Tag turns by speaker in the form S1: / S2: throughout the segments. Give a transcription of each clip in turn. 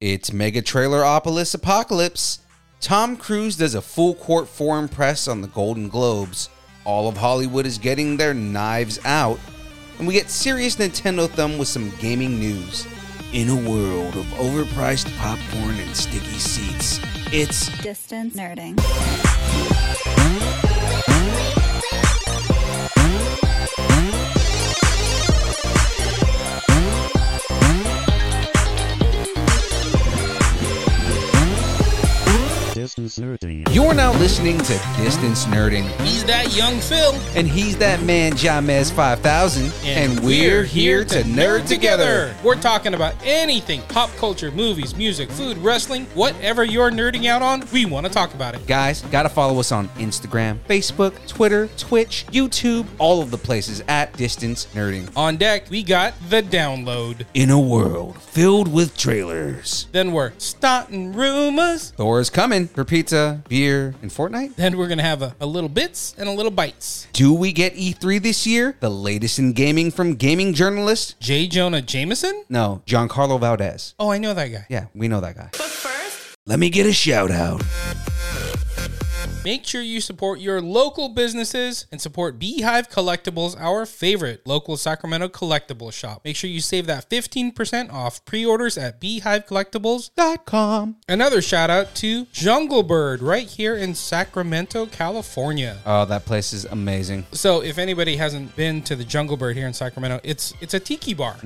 S1: It's Mega Traileropolis Apocalypse. Tom Cruise does a full court foreign press on the Golden Globes. All of Hollywood is getting their knives out. And we get serious Nintendo thumb with some gaming news. In a world of overpriced popcorn and sticky seats, it's
S2: Distance nerding.
S3: Distance nerdy.
S1: You're now listening to Distance Nerding,
S4: He's that young Phil.
S1: and he's that man Jamez 5000, and, we're here to nerd together.
S4: We're talking about anything pop culture, movies, music, food, wrestling, whatever you're nerding out on, we want to talk about it.
S1: Guys, gotta follow us on Instagram, Facebook, Twitter, Twitch, YouTube, all of the places at Distance Nerding.
S4: On deck, we got the download.
S1: In a world filled with trailers,
S4: Then we're starting rumors.
S1: Thor is coming for pizza, beer, and Fortnite.
S4: Then we're going to have a, a little bits and a little bites.
S1: Do we get E3 this year? The latest in gaming from gaming journalist?
S4: J. Jonah Jameson?
S1: No, Giancarlo Valdez.
S4: Oh, I know that guy.
S1: Yeah, we know that guy. But first, let me get a shout out.
S4: Make sure you support your local businesses and support Beehive Collectibles, our favorite local Sacramento collectible shop. Make sure you save that 15% off pre orders at Beehive Collectibles.
S1: Dot com.
S4: Another shout out to Jungle Bird right here in Sacramento, California.
S1: Oh, that place is amazing.
S4: So, if anybody hasn't been to the Jungle Bird here in Sacramento, it's it's a tiki bar,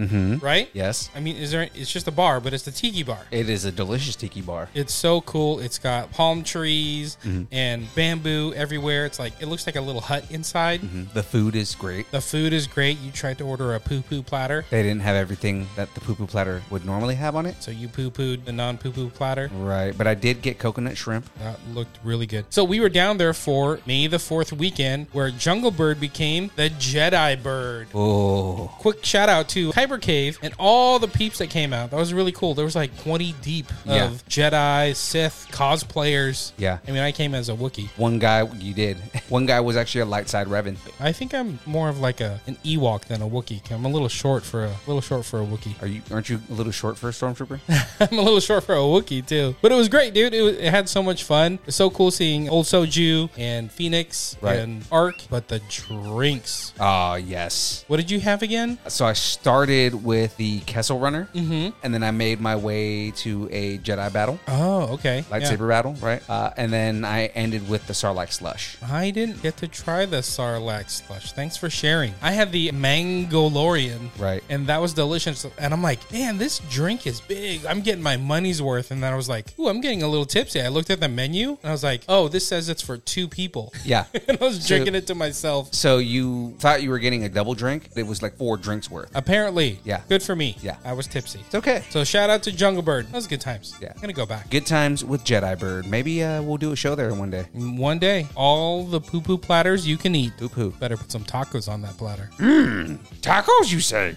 S4: right?
S1: Yes.
S4: I mean, is there? It's just a bar, but it's the tiki bar.
S1: It is a delicious tiki bar.
S4: It's so cool. It's got palm trees and bamboo everywhere. It's like it looks like a little hut inside.
S1: The food is great.
S4: The food is great. You tried to order a poo poo platter,
S1: They didn't have everything that the poo poo platter would normally have on it.
S4: so you poo pooed the non poo poo platter.
S1: Right, but I did get coconut shrimp.
S4: That looked really good. So we were down there for May the 4th weekend where Jungle Bird became the Jedi Bird.
S1: Oh,
S4: Quick shout out to Kyber Cave and all the peeps that came out. That was really cool. There was like 20 deep of
S1: Yeah.
S4: Jedi, Sith, cosplayers.
S1: Yeah.
S4: I mean, I came as a Wookiee.
S1: one guy you did. One guy was actually a light side Revan.
S4: I think I'm more of like a an Ewok than a Wookiee. I'm a little short for a little short for a Wookiee.
S1: Are you? Aren't you a little short for a stormtrooper?
S4: I'm a little short for a Wookiee too. But it was great, dude. It, was, it had so much fun. It's so cool seeing Old Soju and Phoenix
S1: Right.
S4: and Ark. But the drinks.
S1: Ah, yes.
S4: What did you have again?
S1: So I started with the Kessel Runner, and then I made my way to a Jedi battle,
S4: Oh, okay. Yeah.
S1: lightsaber battle, right? Uh, and then I ended with the Sarlacc slush.
S4: I didn't get to try the Sarlacc slush. Thanks for sharing. I had the Mangolorian.
S1: Right.
S4: And that was delicious. And I'm like, man, this drink is big. I'm getting my money's worth. And then I was like, ooh, I'm getting a little tipsy. I looked at the menu and I was like, oh, this says it's for two people.
S1: Yeah.
S4: and I was drinking it to myself.
S1: So you thought you were getting a double drink? It was like four drinks worth.
S4: Apparently.
S1: Yeah.
S4: Good for me.
S1: Yeah.
S4: I was tipsy.
S1: It's okay.
S4: So shout out to Jungle Bird. That was good times.
S1: Yeah.
S4: I'm gonna go back.
S1: Good times with Jedi Bird. Maybe uh, we'll do a show there one day.
S4: One day, all the poo poo platters you can eat.
S1: Poo poo.
S4: Better put some tacos on that platter.
S1: Tacos, you say?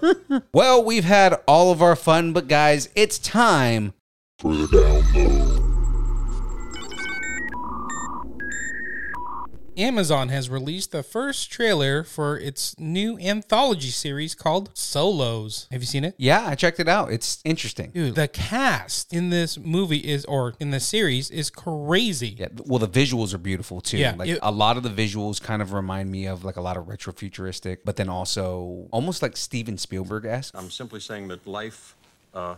S1: well, we've had all of our fun, but guys, it's time.
S4: Amazon has released the first trailer for its new anthology series called Solos. Have you seen it?
S1: Yeah, I checked it out. It's interesting.
S4: Dude, the cast in this movie is, or in the series, is crazy.
S1: Yeah, well, the visuals are beautiful too.
S4: Yeah,
S1: like
S4: it-
S1: a lot of the visuals kind of remind me of like a lot of retrofuturistic, but then also almost like Steven Spielberg esque
S5: I'm simply saying that life uh,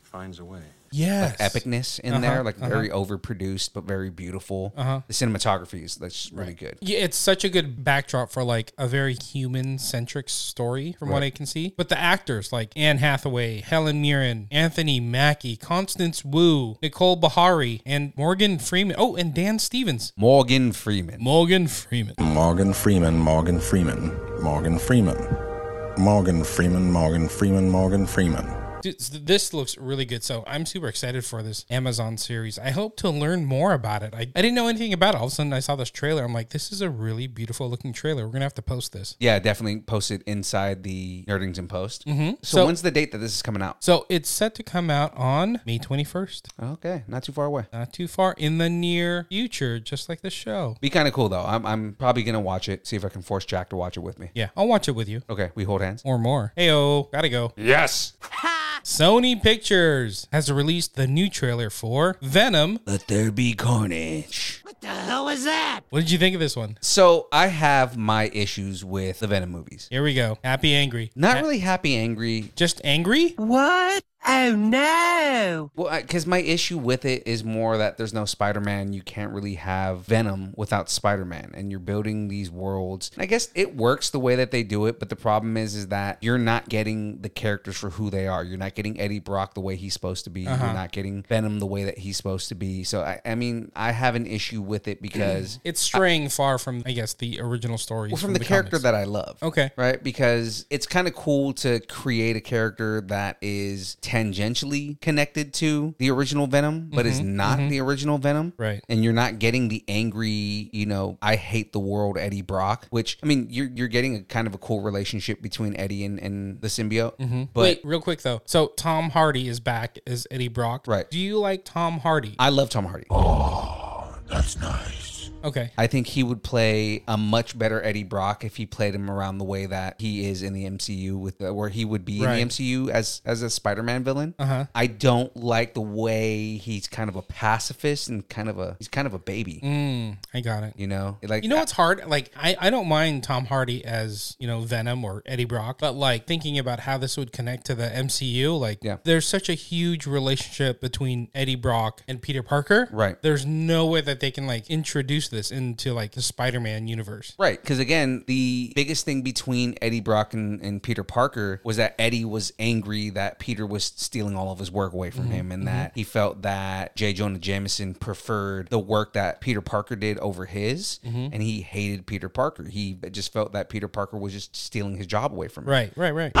S5: finds a way.
S4: Yes.
S1: epicness in there, like very overproduced but very beautiful. Uh-huh. The cinematography is that's really good.
S4: Yeah, it's such a good backdrop for like a very human centric story from what I can see. But the actors like Anne Hathaway, Helen Mirren, Anthony Mackie, Constance Wu, Nicole Bahari, and Morgan Freeman. Oh, and Dan Stevens.
S1: Morgan Freeman.
S4: Morgan Freeman.
S6: Morgan Freeman, Morgan Freeman, Morgan Freeman, Morgan Freeman, Morgan Freeman, Morgan Freeman.
S4: Dude, s- this looks really good. So I'm super excited for this Amazon series. I hope to learn more about it. I, I didn't know anything about it. All of a sudden, I saw this trailer. I'm like, this is a really beautiful looking trailer. We're gonna have to post this.
S1: Yeah, definitely post it inside the Nerdington Post. Mm-hmm. So,
S4: So-
S1: when's the date that this is coming out?
S4: So it's set to come out on May 21st.
S1: Okay, not too far away.
S4: Not uh, too far in the near future, just like the show.
S1: Be kind of cool though. I'm, I'm probably gonna watch it. See if I can force Jack to watch it with me.
S4: Yeah, I'll watch it with you.
S1: Okay, we hold hands.
S4: or more. Heyo, gotta go. Yes. Sony Pictures has released the new trailer for Venom.
S1: Let there be carnage.
S4: What did you think of this one?
S1: So I have my issues with the Venom movies.
S4: Here we go. Happy, angry.
S1: Not
S4: Ha-
S1: really happy, angry.
S4: Just angry?
S1: Well, because my issue with it is more that there's no Spider Man. You can't really have Venom without Spider Man, and you're building these worlds. And I guess it works the way that they do it, but the problem is, is that you're not getting the characters for who they are. You're not getting Eddie Brock the way he's supposed to be. You're not getting Venom the way that he's supposed to be. So, I, I mean, I have an issue with it because
S4: It's straying far from, I guess, the original story.
S1: well, from, the, character that I love.
S4: Okay.
S1: Right? Because it's kind of cool to create a character that is tangentially connected to the original Venom, but is not the original Venom.
S4: Mm-hmm. Right.
S1: And you're not getting the angry, you know, I hate the world Eddie Brock, which, I mean, you're, you're getting a kind of a cool relationship between Eddie and, and the symbiote. But
S4: Mm-hmm. Wait, real quick though. So Tom Hardy is back as Eddie Brock.
S1: Right.
S4: Do you like Tom Hardy?
S1: I love Tom Hardy.
S4: okay.
S1: I think he would play a much better Eddie Brock if he played him around the way that he is in the MCU with the, where he would be
S4: Right.
S1: in the MCU as as a Spider-Man villain. Uh-huh. I don't like the way he's kind of a pacifist and kind of a he's kind of a baby,
S4: I got it.
S1: you know? Like
S4: Mm. You know what's hard? Like, I, I don't mind Tom Hardy as, you know, Venom or Eddie Brock, but like thinking about how this would connect to the MCU, like,
S1: Yeah.
S4: there's such a huge relationship between Eddie Brock and Peter Parker.
S1: Right.
S4: There's no way that they can, like, introduce this into, like, the Spider Man universe.
S1: Right, because again, the biggest thing between Eddie Brock and, and Peter Parker was that Eddie was angry that Peter was stealing all of his work away from him, and that he felt that J. Jonah Jameson preferred the work that Peter Parker did over his, and he hated Peter Parker. He just felt that Peter Parker was just stealing his job away from him
S4: Right, right, right.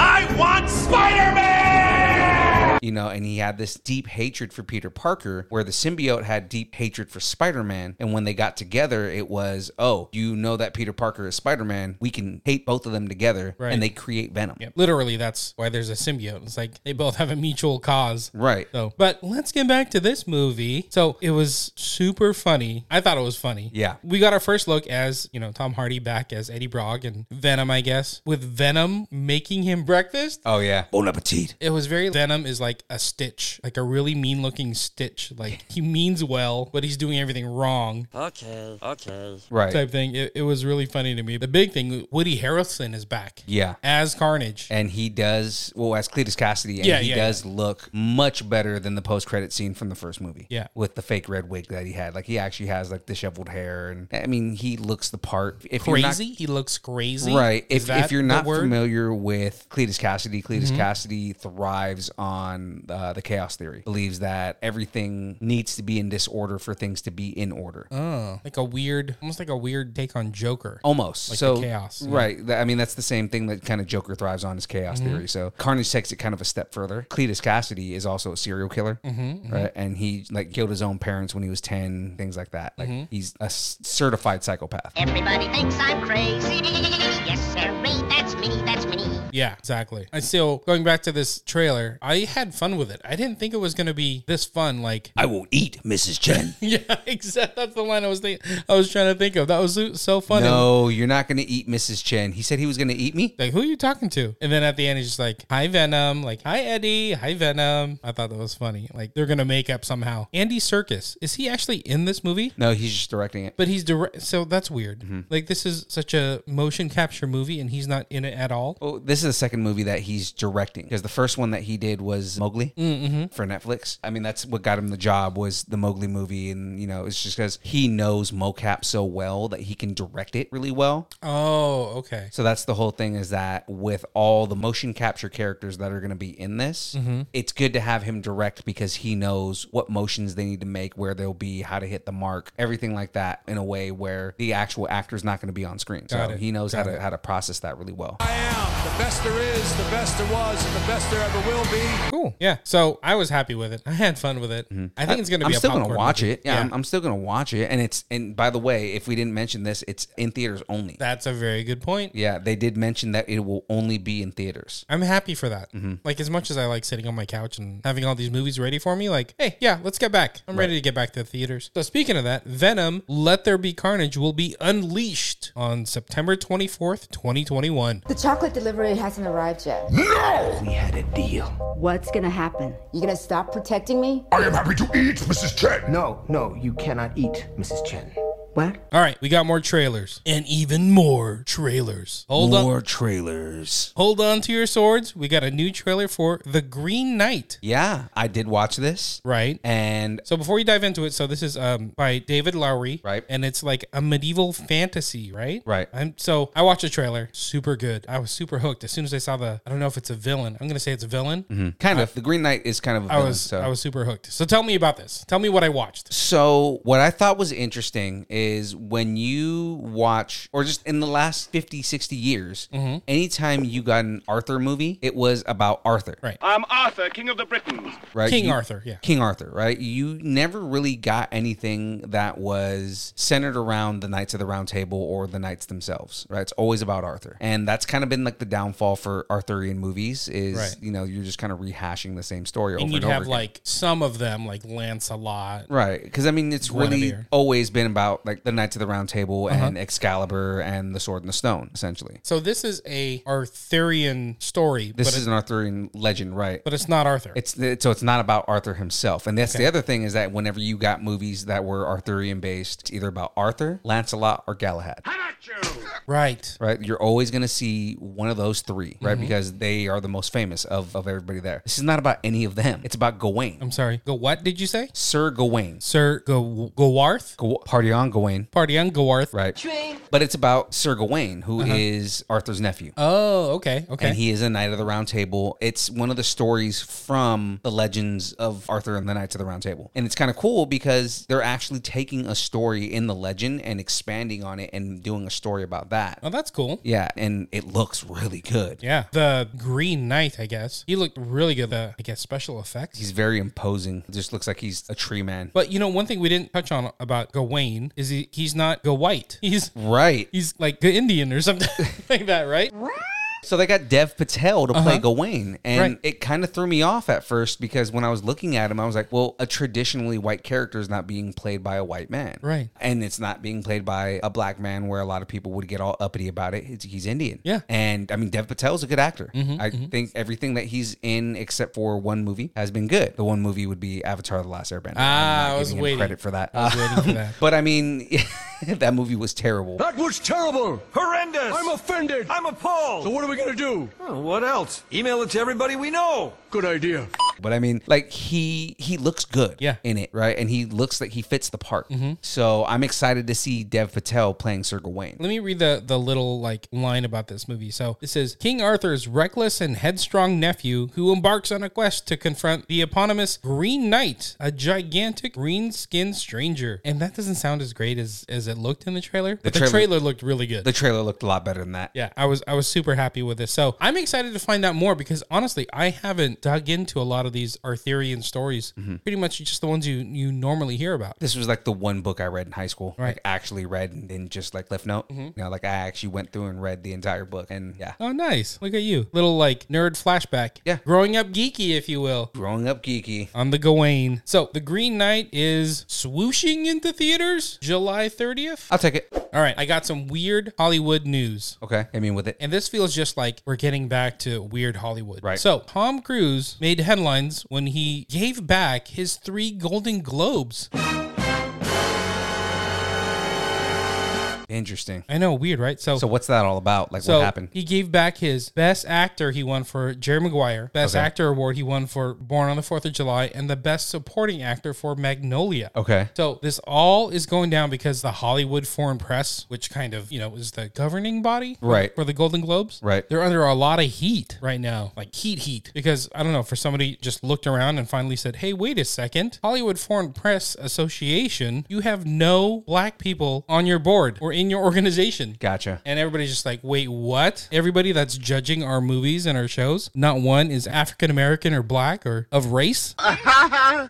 S1: you know, and he had this deep hatred for Peter Parker, where the symbiote had deep hatred for Spider Man. And when they got together, it was, oh, you know that Peter Parker is Spider Man. We can hate both of them together,
S4: Right.
S1: and they create Venom.
S4: Yeah, Literally, that's why there's a symbiote. It's like they both have a mutual cause.
S1: Right.
S4: So, but let's get back to this movie. So it was super funny. I thought it was funny.
S1: Yeah.
S4: We got our first look as, you know, Tom Hardy back as Eddie Brog and Venom, I guess, with Venom making him breakfast.
S1: Oh yeah. Bon appetit.
S4: It was very Venom is like a stitch, like a really mean looking stitch. Like he means well, but he's doing everything wrong
S2: Okay, okay.
S1: Right.
S4: type thing. It, it was really funny to me. The big thing, Woody Harrelson is back.
S1: Yeah.
S4: As Carnage.
S1: and he does well as Cletus Cassidy, and
S4: Yeah,
S1: he
S4: yeah,
S1: does look much better than the post credit scene from the first movie.
S4: Yeah.
S1: with the fake red wig that he had, like he actually has like disheveled hair, and I mean he looks the part. If you're not-
S4: crazy. he looks crazy.
S1: Right.
S4: Is
S1: If,
S4: that
S1: if you're
S4: the
S1: not
S4: word? Mm-hmm.
S1: familiar with Cletus Cassidy, Cletus Cassidy thrives on uh, the chaos theory, believes that everything needs to be in disorder for things to be in order.
S4: Oh. like a weird, almost like a weird take on Joker.
S1: Almost
S4: Like
S1: so
S4: the chaos, yeah. Mm-hmm.
S1: right? Th- I mean, that's the same thing that kind of Joker thrives on is chaos theory. So Carnage takes it kind of a step further. Cletus Cassidy is also a serial killer,
S4: Mm-hmm,
S1: right? And he like killed his own parents when he was ten, things like that. Like
S4: Mm-hmm.
S1: he's a s- certified psychopath.
S3: Everybody thinks I'm crazy. Yes, sirree, that's me, that's me.
S4: Yeah, exactly. I still going back to this trailer. I had fun with it. I didn't think it was gonna be this fun. Like,
S1: I will eat Mrs. Chen.
S4: yeah, exact. That's the line I was thinking. I was trying to think of. That was so- so funny.
S1: No, you're not going to eat Mrs. Chen. He said he was going to eat me.
S4: Like, who are you talking to? And then at the end, he's just like, "Hi Venom," like, "Hi Eddie," "Hi Venom." I thought that was funny. Like, they're gonna make up somehow. Andy Circus is he actually in this movie?
S1: No, Mm-hmm. he's just directing it.
S4: But he's direct, so that's weird. Like, this is such a motion capture movie, and he's not in it at all.
S1: Oh, this is the second movie that he's directing because the first one that he did was Mowgli
S4: Mm-hmm.
S1: for Netflix. I mean, that's what got him the job was the Mowgli movie, and you know, it's just because he knows mocap so well that he can direct it really well.
S4: Oh, okay.
S1: So that's the whole thing is that with all the motion capture characters that are going to be in this,
S4: Mm-hmm.
S1: it's good to have him direct because he knows what motions they need to make, where they'll be, how to hit the mark, everything like that in a way where the actual actor's not going to be on screen. so
S4: it.
S1: he knows how
S4: Got
S1: to
S4: it.
S1: how to process that really well.
S6: I am the best
S2: best there is, the best there was, and the best there ever will be.
S4: Cool. Yeah. So I was happy with it. I had fun with it. I think it's
S1: Mm-hmm.
S4: gonna be.
S1: I'm
S4: a
S1: still gonna
S4: popcorn
S1: watch
S4: movie.
S1: it. Yeah, I'm, I'm still gonna watch it. And it's and by the way, if we didn't mention this, it's in theaters only.
S4: That's a very good point.
S1: yeah, they did mention that it will only be in theaters.
S4: I'm happy for that.
S1: Mm-hmm.
S4: Like as much as I like sitting on my couch and having all these movies ready for me, like, hey, yeah, let's get back. I'm ready to get back to the theaters. So speaking of that, Venom: Let There Be Carnage will be unleashed on September 24th, 2021.
S6: The chocolate delivery hasn't arrived yet.
S7: We had a deal.
S8: What's gonna happen?
S6: You gonna stop protecting me?
S7: I am happy to eat, Mrs. Chen.
S2: No, no, you cannot eat, Mrs. Chen.
S8: What?
S4: All right, we got more trailers and even more trailers. Hold on,
S1: More trailers.
S4: hold on to your swords. We got a new trailer for The Green Knight.
S1: Yeah, I did watch this.
S4: Right.
S1: And
S4: So before you dive into it, so this is um by David Lowry,
S1: Right.
S4: And it's like a medieval fantasy, right?
S1: Right.
S4: I'm so I watched the trailer, super good. I was super hooked as soon as I saw the. I don't know if it's a villain. I'm gonna say it's a villain.
S1: kind of the Green Knight is kind of. a
S4: I
S1: villain,
S4: was
S1: Mm-hmm. so.
S4: I was super hooked. So tell me about this. Tell me what I watched.
S1: So, what I thought was interesting is when you watch, or just in the last 50, 60 years,
S4: Mm-hmm.
S1: anytime you got an Arthur movie, it was about Arthur.
S4: Right.
S2: I'm Arthur, King of the Britons.
S1: right?
S4: King
S1: You-
S4: Arthur, yeah.
S1: King Arthur, right? You never really got anything that was centered around the Knights of the Round Table or the Knights themselves, right? It's always about Arthur. And that's kind of been like the downfall for Arthurian movies is,
S4: Right.
S1: you know, you're just kind of rehashing the same story over
S4: And you'd
S1: and over
S4: have
S1: again.
S4: like some of them, like Lancelot.
S1: Right, because I mean, it's really
S4: Guinevere. Uh-huh.
S1: always been about like the Knights of the Round Table and Excalibur and the Sword and the Stone, essentially.
S4: So this is a Arthurian story,
S1: This
S4: but
S1: is
S4: it,
S1: an Arthurian legend, right?
S4: but it's not Arthur.
S1: It's it's- so it's not about Arthur himself, and that's the other thing is that whenever you got movies that were Arthurian based, it's either about Arthur, Lancelot, or Galahad.
S4: right.
S1: Right, you're always gonna see one of those three, right? Because they are the most famous of, of everybody there. This is not about any of them. It's about Gawain,
S4: I'm sorry. Go. What did you say,
S1: Sir Gawain,
S4: Sir Go Gowarth?
S1: Gaw- party on Gawain,
S4: Party on Gowarth.
S1: right? But it's about Sir Gawain, who is Arthur's nephew.
S4: Oh, okay, okay.
S1: and he is a knight of the round table it's one of the stories from the legends of arthur and the knights of the round table and it's kind of cool because they're actually taking a story in the legend and expanding on it and doing a story about that
S4: oh, that's cool.
S1: yeah and it looks really good
S4: Yeah, the Green Knight, I guess. He looked really good. The I guess special effects.
S1: he's very imposing just looks like he's a tree man
S4: but you know, one thing we didn't touch on about Gawain is he, he's not Go White. He's
S1: right
S4: he's like the Indian or something like that, right?
S1: So they got Dev Patel to play Gawain, and
S4: Uh-huh. Right.
S1: it kind of threw me off at first because when I was looking at him, I was like, "Well, a traditionally white character is not being played by a white man,
S4: Right.
S1: And it's not being played by a black man, where a lot of people would get all uppity about it. It's, he's Indian,
S4: Yeah. Mm-hmm,
S1: And I mean, Dev Patel is a good actor. I think everything that he's in, except for one movie, has been good. The one movie would be Avatar: The Last Airbender. I'm
S4: Ah,
S1: not
S4: I was
S1: giving him
S4: waiting.
S1: credit for that.
S4: I was waiting for that.
S1: But I mean, that movie was terrible.
S2: That was terrible.
S5: Horrendous!
S2: I'm offended.
S5: I'm appalled!
S2: So what are we gonna do?
S5: Oh, what else? Email it to everybody we know!
S2: Good idea.
S1: But I mean, like he he looks good,
S4: Yeah. Mm-hmm.
S1: in it, right? And he looks like he fits the part. So I'm excited to see Dev Patel playing Sir Gawain.
S4: Let me read the the little like line about this movie. So it says King Arthur's reckless and headstrong nephew, who embarks on a quest to confront the eponymous Green Knight, a gigantic green skinned stranger. And that doesn't sound as great as as it looked in the trailer. but
S1: trailer-
S4: the trailer looked really good.
S1: The trailer looked a lot better than that.
S4: Yeah, I was I was super happy with this. So I'm excited to find out more because honestly, I haven't dug into a lot of these Arthurian stories.
S1: Mm-hmm.
S4: Pretty much just the ones you you normally hear about.
S1: This was like the one book I read in high school,
S4: Right. Mm-hmm.
S1: like actually read and then just like left note. You know, like I actually went through and read the entire book, and yeah,
S4: Oh, nice! Look at you, little like nerd flashback.
S1: Yeah.
S4: growing up geeky, if you will.
S1: growing up geeky.
S4: On the Gawain. So the Green Knight is swooshing into theaters July 30th.
S1: I'll take it.
S4: All right, I got some weird Hollywood news.
S1: Okay, I mean with it.
S4: And this feels just like we're getting back to weird Hollywood.
S1: Right.
S4: So Tom Cruise made headlines when he gave back his three Golden Globes.
S1: Interesting.
S4: I know, weird, right? So,
S1: So what's that all about? Like
S4: so
S1: what happened?
S4: he gave back his Best Actor he won for Jerry Maguire, Best
S1: Okay.
S4: Actor award he won for Born on the Fourth of July, and the Best Supporting Actor for Magnolia.
S1: Okay.
S4: So this all is going down because the Hollywood Foreign Press, which kind of you know is the governing body,
S1: Right.
S4: for the Golden Globes,
S1: Right.
S4: They're under a lot of heat right now, like heat, heat, because I don't know. For somebody just looked around and finally said, "Hey, wait a second, Hollywood Foreign Press Association, you have no black people on your board or in in your organization.
S1: Gotcha.
S4: And everybody's just like, wait, what? Everybody that's judging our movies and our shows, not one is African American or black or of race.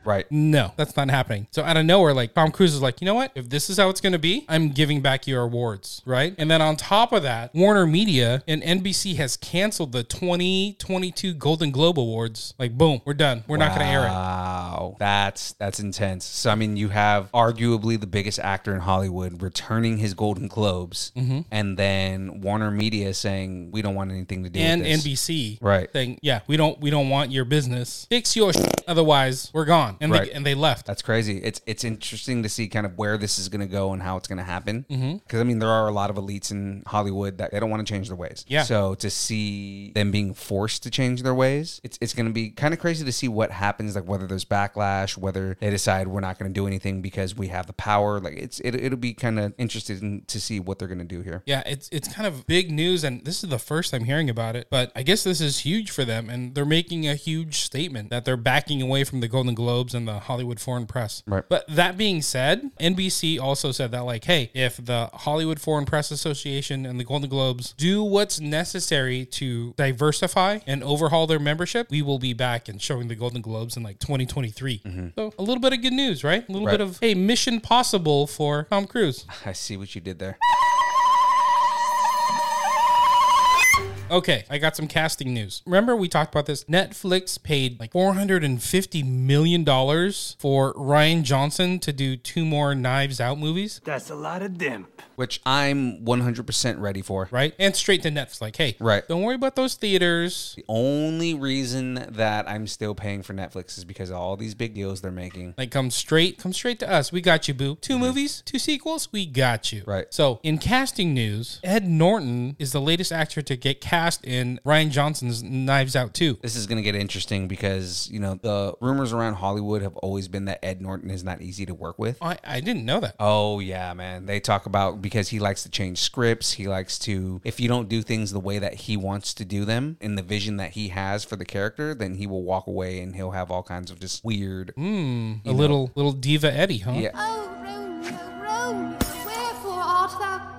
S1: Right.
S4: No, that's not happening. So out of nowhere, like Tom Cruise is like, you know what? If this is how it's going to be, I'm giving back your awards, right? And then on top of that, Warner Media and NBC has canceled the 2022 Golden Globe Awards. Like, boom, we're done. We're not going to air it.
S1: Wow, that's that's intense. So I mean, you have arguably the biggest actor in Hollywood returning his Golden Globes, and then Warner Media saying we don't want anything to do
S4: And
S1: with this.
S4: NBC,
S1: Right.
S4: Thing, yeah, we don't we don't want your business. Fix your shit, otherwise we're gone. And
S1: Right.
S4: they and they left.
S1: That's crazy. It's it's interesting to see kind of where this is going to go and how it's going to happen. Because
S4: Mm-hmm.
S1: I mean, there are a lot of elites in Hollywood that they don't want to change their ways.
S4: Yeah.
S1: So to see them being forced to change their ways, it's it's going to be kind of crazy to see what happens. Like whether there's backlash, whether they decide we're not going to do anything because we have the power. Like it's it, it'll be kind of interesting to see what they're going to do here.
S4: Yeah, it's it's kind of big news, and this is the first I'm hearing about it. But I guess this is huge for them, and they're making a huge statement that they're backing away from the Golden Globes and the Hollywood Foreign Press.
S1: Right.
S4: But that being said, NBC also said that like, hey, if the Hollywood Foreign Press Association and the Golden Globes do what's necessary to diversify and overhaul their membership, we will be back and showing the Golden Globes in like 2023. So a little bit of good news, right? A little
S1: Mm-hmm. Right.
S4: bit of hey, mission possible for Tom Cruise.
S1: I see what you did there.
S4: Okay, I got some casting news. Remember we talked about this? Netflix paid like 450 million dollars for Ryan Johnson to do two more Knives Out movies,
S2: That's a lot of dimp.
S1: Which I'm 100% ready for.
S4: right? And straight to Netflix like, "Hey,
S1: Right.
S4: don't worry about those theaters."
S1: The only reason that I'm still paying for Netflix is because of all these big deals they're making.
S4: Like come straight, come straight to us. We got you, boo. 2 movies, two sequels, we got you.
S1: Mm-hmm. Right.
S4: So in casting news, Ed Norton is the latest actor to get cast in Ryan Johnson's Knives Out 2.
S1: this is going to get interesting because you know the rumors around Hollywood have always been that Ed Norton is not easy to work with.
S4: I, I didn't know that.
S1: Oh yeah, man. They talk about because he likes to change scripts. He likes to if you don't do things the way that he wants to do them in the vision that he has for the character, then he will walk away and he'll have all kinds of just weird.
S4: Hmm. a little little diva Eddie, huh?
S1: Yeah.
S3: Oh, Romeo, Romeo, wherefore art thou?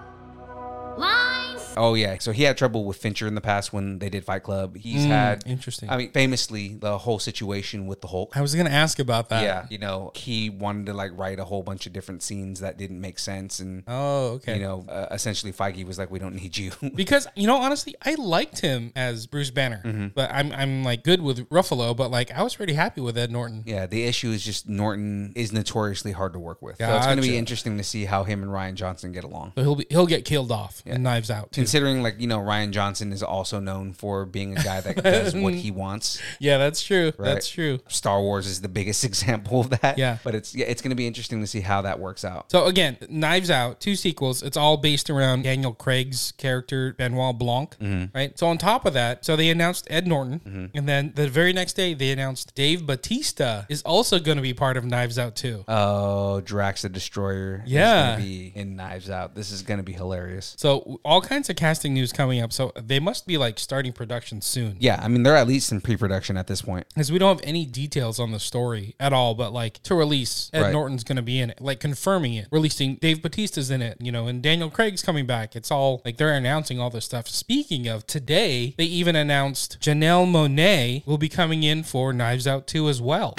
S3: Lines!
S1: Oh yeah. So he had trouble with Fincher in the past when they did Fight Club. He's had
S4: Hmm, interesting.
S1: I mean, famously the whole situation with the Hulk.
S4: I was going to ask about that.
S1: yeah, you know, he wanted to like write a whole bunch of different scenes that didn't make sense, and
S4: Oh, okay.
S1: you know, uh, essentially Feige was like, "We don't need you."
S4: because you know, honestly, I liked him as Bruce Banner,
S1: Mm-hmm.
S4: but I'm I'm like good with Ruffalo, but like I was pretty happy with Ed Norton.
S1: yeah, the issue is just Norton is notoriously hard to work with, so it's going to
S4: Gotcha.
S1: be interesting to see how him and Ryan Johnson get along.
S4: So he'll be he'll get killed off in Knives Out. Too.
S1: Considering, like you know, Ryan Johnson is also known for being a guy that does what he wants.
S4: Yeah, that's true.
S1: Right.
S4: That's true.
S1: Star Wars is the biggest example of that.
S4: Yeah.
S1: but it's yeah, it's going to be interesting to see how that works out.
S4: So again, Knives Out, two sequels. It's all based around Daniel Craig's character Benoit Blanc,
S1: Mm-hmm.
S4: right? So on top of that, so they announced Ed Norton, and then the very next day they announced Dave Batista is also going to be part of Knives Out too.
S1: Oh, Drax the Destroyer is
S4: Yeah.
S1: gonna be in Knives Out. This is going to be hilarious.
S4: so all kinds of casting news coming up. So they must be like starting production soon.
S1: Yeah, I mean they're at least in pre-production at this point.
S4: because we don't have any details on the story at all. But like to release, Ed
S1: Right.
S4: Norton's going to be in it, like confirming it, releasing Dave Batista's in it, you know, and Daniel Craig's coming back. It's all like they're announcing all this stuff. Speaking of today, they even announced Janelle Monet will be coming in for Knives Out 2 as well,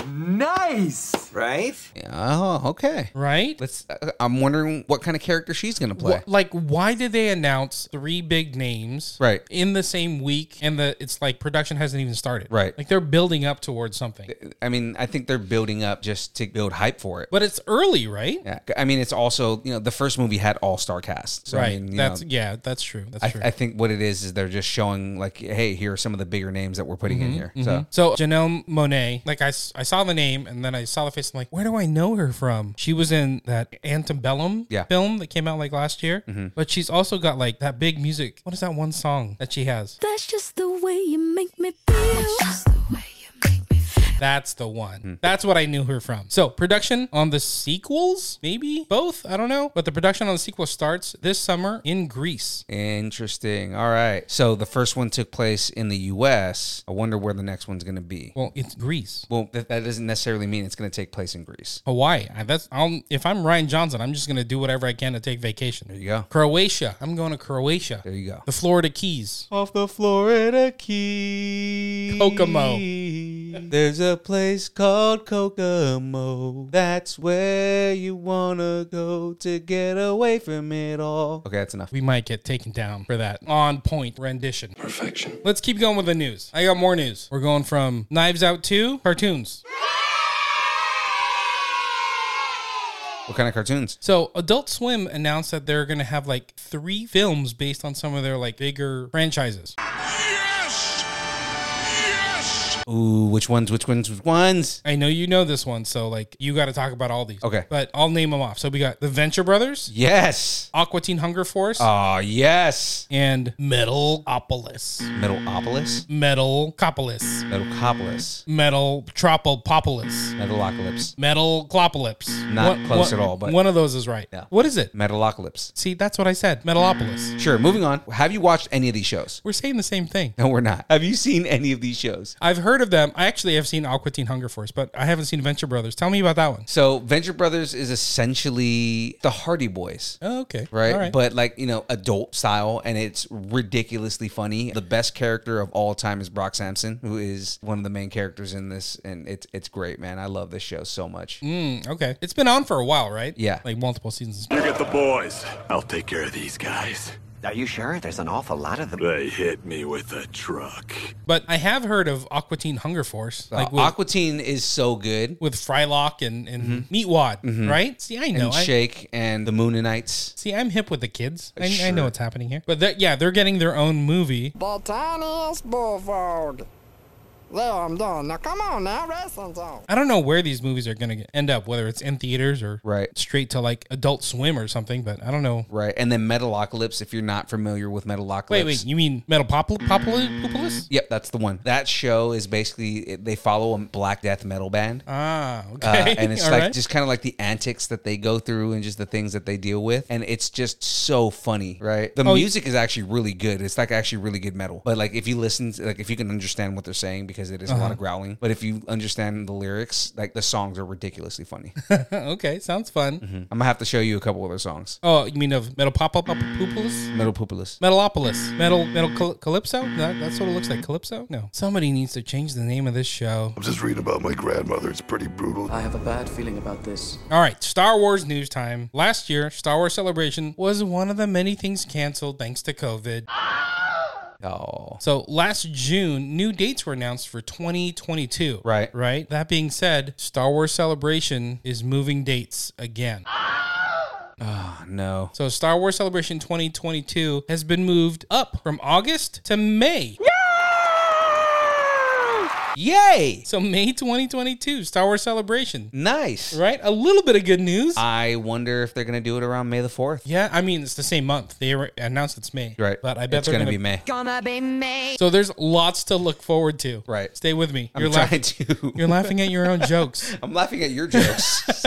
S2: Nice! Right?
S1: Oh, okay.
S4: right?
S1: Let's. uh, I'm wondering what kind of character she's going to play.
S4: Wh- like, why did they announce three big names
S1: Right.
S4: in the same week? And the it's like production hasn't even started,
S1: Right.
S4: Like they're building up towards something,
S1: I mean, I think they're building up just to build hype for it.
S4: but it's early, right?
S1: Yeah. I mean, it's also you know the first movie had all star cast. So,
S4: Right.
S1: I mean, you
S4: that's
S1: know,
S4: yeah. That's true. That's
S1: I,
S4: true.
S1: I think what it is is they're just showing like, hey, here are some of the bigger names that we're putting in
S4: Mm-hmm.
S1: here. So
S4: So Janelle Monet, like I, s- I saw the name and then I saw the face. I'm like, where do I know her from? She was in that Antebellum
S1: Yeah. Mm-hmm.
S4: film that came out like last year, but she's also got like that big music. What is that one song that she has?
S8: That's just the way you make me feel. That's just the way you make me feel.
S4: That's the one.
S1: Hmm.
S4: That's what I knew her from. So, production on the sequels, maybe both, I don't know. But the production on the sequel starts this summer in Greece.
S1: Interesting. All right. So the first one took place in the U.S. I wonder where the next one's going to be.
S4: Well, it's Greece.
S1: Well, that, that doesn't necessarily mean it's going to take place in Greece.
S4: Hawaii. I, that's I'll, if I'm Ryan Johnson, I'm just gonna do whatever I can to take vacation. There
S1: you go.
S4: Croatia. I'm going to Croatia.
S1: There you go.
S4: The Florida Keys.
S1: Off the Florida Keys,
S4: Kokomo.
S1: There's a place called Kokomo. That's where you wanna go to get away from it all. Okay, that's enough.
S4: We might get taken down for that on point rendition. Perfection. Let's keep going with the news. I got more news. We're going from Knives Out 2 cartoons.
S1: What kind of cartoons?
S4: So Adult Swim announced that they're gonna have like three films based on some of their like bigger franchises.
S1: Ooh, which ones? Which ones? Which ones?
S4: I know you know this one, so like you got to talk about all these.
S1: Okay.
S4: But I'll name them off. So we got The Venture Brothers,
S1: Yes.
S4: Aqua Teen Hunger Force,
S1: Ah, yes.
S4: and Metalopolis.
S1: Metalopolis.
S4: Metalcopolis.
S1: Metalopolis.
S4: Metaltropopolis.
S1: Metalocalypse.
S4: Metalclopolis.
S1: Not
S4: One-
S1: close
S4: one-
S1: at all, but-
S4: one of those is right.
S1: Yeah.
S4: What is it?
S1: Metalocalypse.
S4: See, that's what I said. Metalopolis.
S1: Sure, moving on. Have you watched any of these shows?
S4: We're saying the same thing.
S1: No, we're not. Have you seen any of these shows?
S4: I've heard of them. I actually have seen Aqua Teen Hunger Force, but I haven't seen Venture Brothers. Tell me about that one.
S1: So, Venture Brothers is essentially the Hardy Boys.
S4: Oh, okay.
S1: Right?
S4: All
S1: but like you know, adult style, and it's ridiculously funny. The best character of all time is Brock Sampson, who is one of the main characters in this, and it's it's great, man. I love this show so much.
S4: Mm, okay. It's been on for a while, right?
S1: Yeah.
S4: Like multiple seasons.
S7: You get the boys. I'll take care of these guys.
S2: Are you sure? There's an awful lot of them.
S7: They hit me with a truck.
S4: But I have heard of Aqua Teen Hunger Force.
S1: Uh,
S4: Like with,
S1: Aqua Teen is so good,
S4: with Frylock and, and Meatwad, right? See, I know.
S1: Mm-hmm. and
S4: I-
S1: Shake and the Moonanites.
S4: See, I'm hip with the kids. I, I
S1: Sure.
S4: know what's happening here. But they're, yeah, they're getting their own movie.
S8: The tiniest bullfrog. There, I'm done. Now come on now, wrestling song.
S4: I don't know where these movies are going to end up, whether it's in theaters or
S1: Right.
S4: straight to like Adult Swim or something. But I don't know.
S1: Right, and then Metalocalypse. If you're not familiar with Metalocalypse,
S4: Wait, wait, you mean Metal Popolis?
S1: Yep, that's the one. That show is basically it- they follow a black death metal band.
S4: Ah, okay.
S1: Uh, and it's
S4: All
S1: like
S4: right.
S1: just kind of like the antics that they go through and just the things that they deal with and it's just so funny right the
S4: Oh, y-
S1: music is actually really good it's like actually really good metal but like if you listen to, like if you can understand what they're saying because it is a lot
S4: Uh-huh.
S1: of growling but if you understand the lyrics like the songs are ridiculously funny
S4: okay, sounds fun.
S1: i'm gonna have to show you a couple other songs
S4: Oh, you mean of Metal Popolis?
S1: metal poopulus
S4: Metalopolis, metal, metal Cal- calypso. That, that's what it looks like. Calypso. No, somebody needs to change the name of this show.
S7: I'm just reading about my grandmother. It's pretty brutal.
S8: I have a bad feeling about this.
S4: All right, Star Wars news time. Last year, Star Wars Celebration was one of the many things canceled thanks to COVID.
S1: oh
S4: So last June, new dates were announced for 2022.
S1: Right.
S4: Right. That being said, Star Wars Celebration is moving dates again.
S1: no
S4: So Star Wars Celebration 2022 has been moved up from August to May.
S1: yay
S4: So May 2022, Star Wars Celebration.
S1: nice
S4: Right? A little bit of good news.
S1: i wonder if they're gonna do it around may the 4th
S4: yeah, I mean it's the same month. They re- announced it's May.
S1: right
S4: But I bet
S1: it's
S4: they're
S1: gonna,
S4: gonna
S1: be may
S8: Gonna be me.
S4: So there's lots to look forward to.
S1: Right.
S4: Stay with me.
S1: i'm
S4: You're
S1: trying
S4: laughing.
S1: to
S4: You're laughing at your own jokes.
S1: i'm laughing at your jokes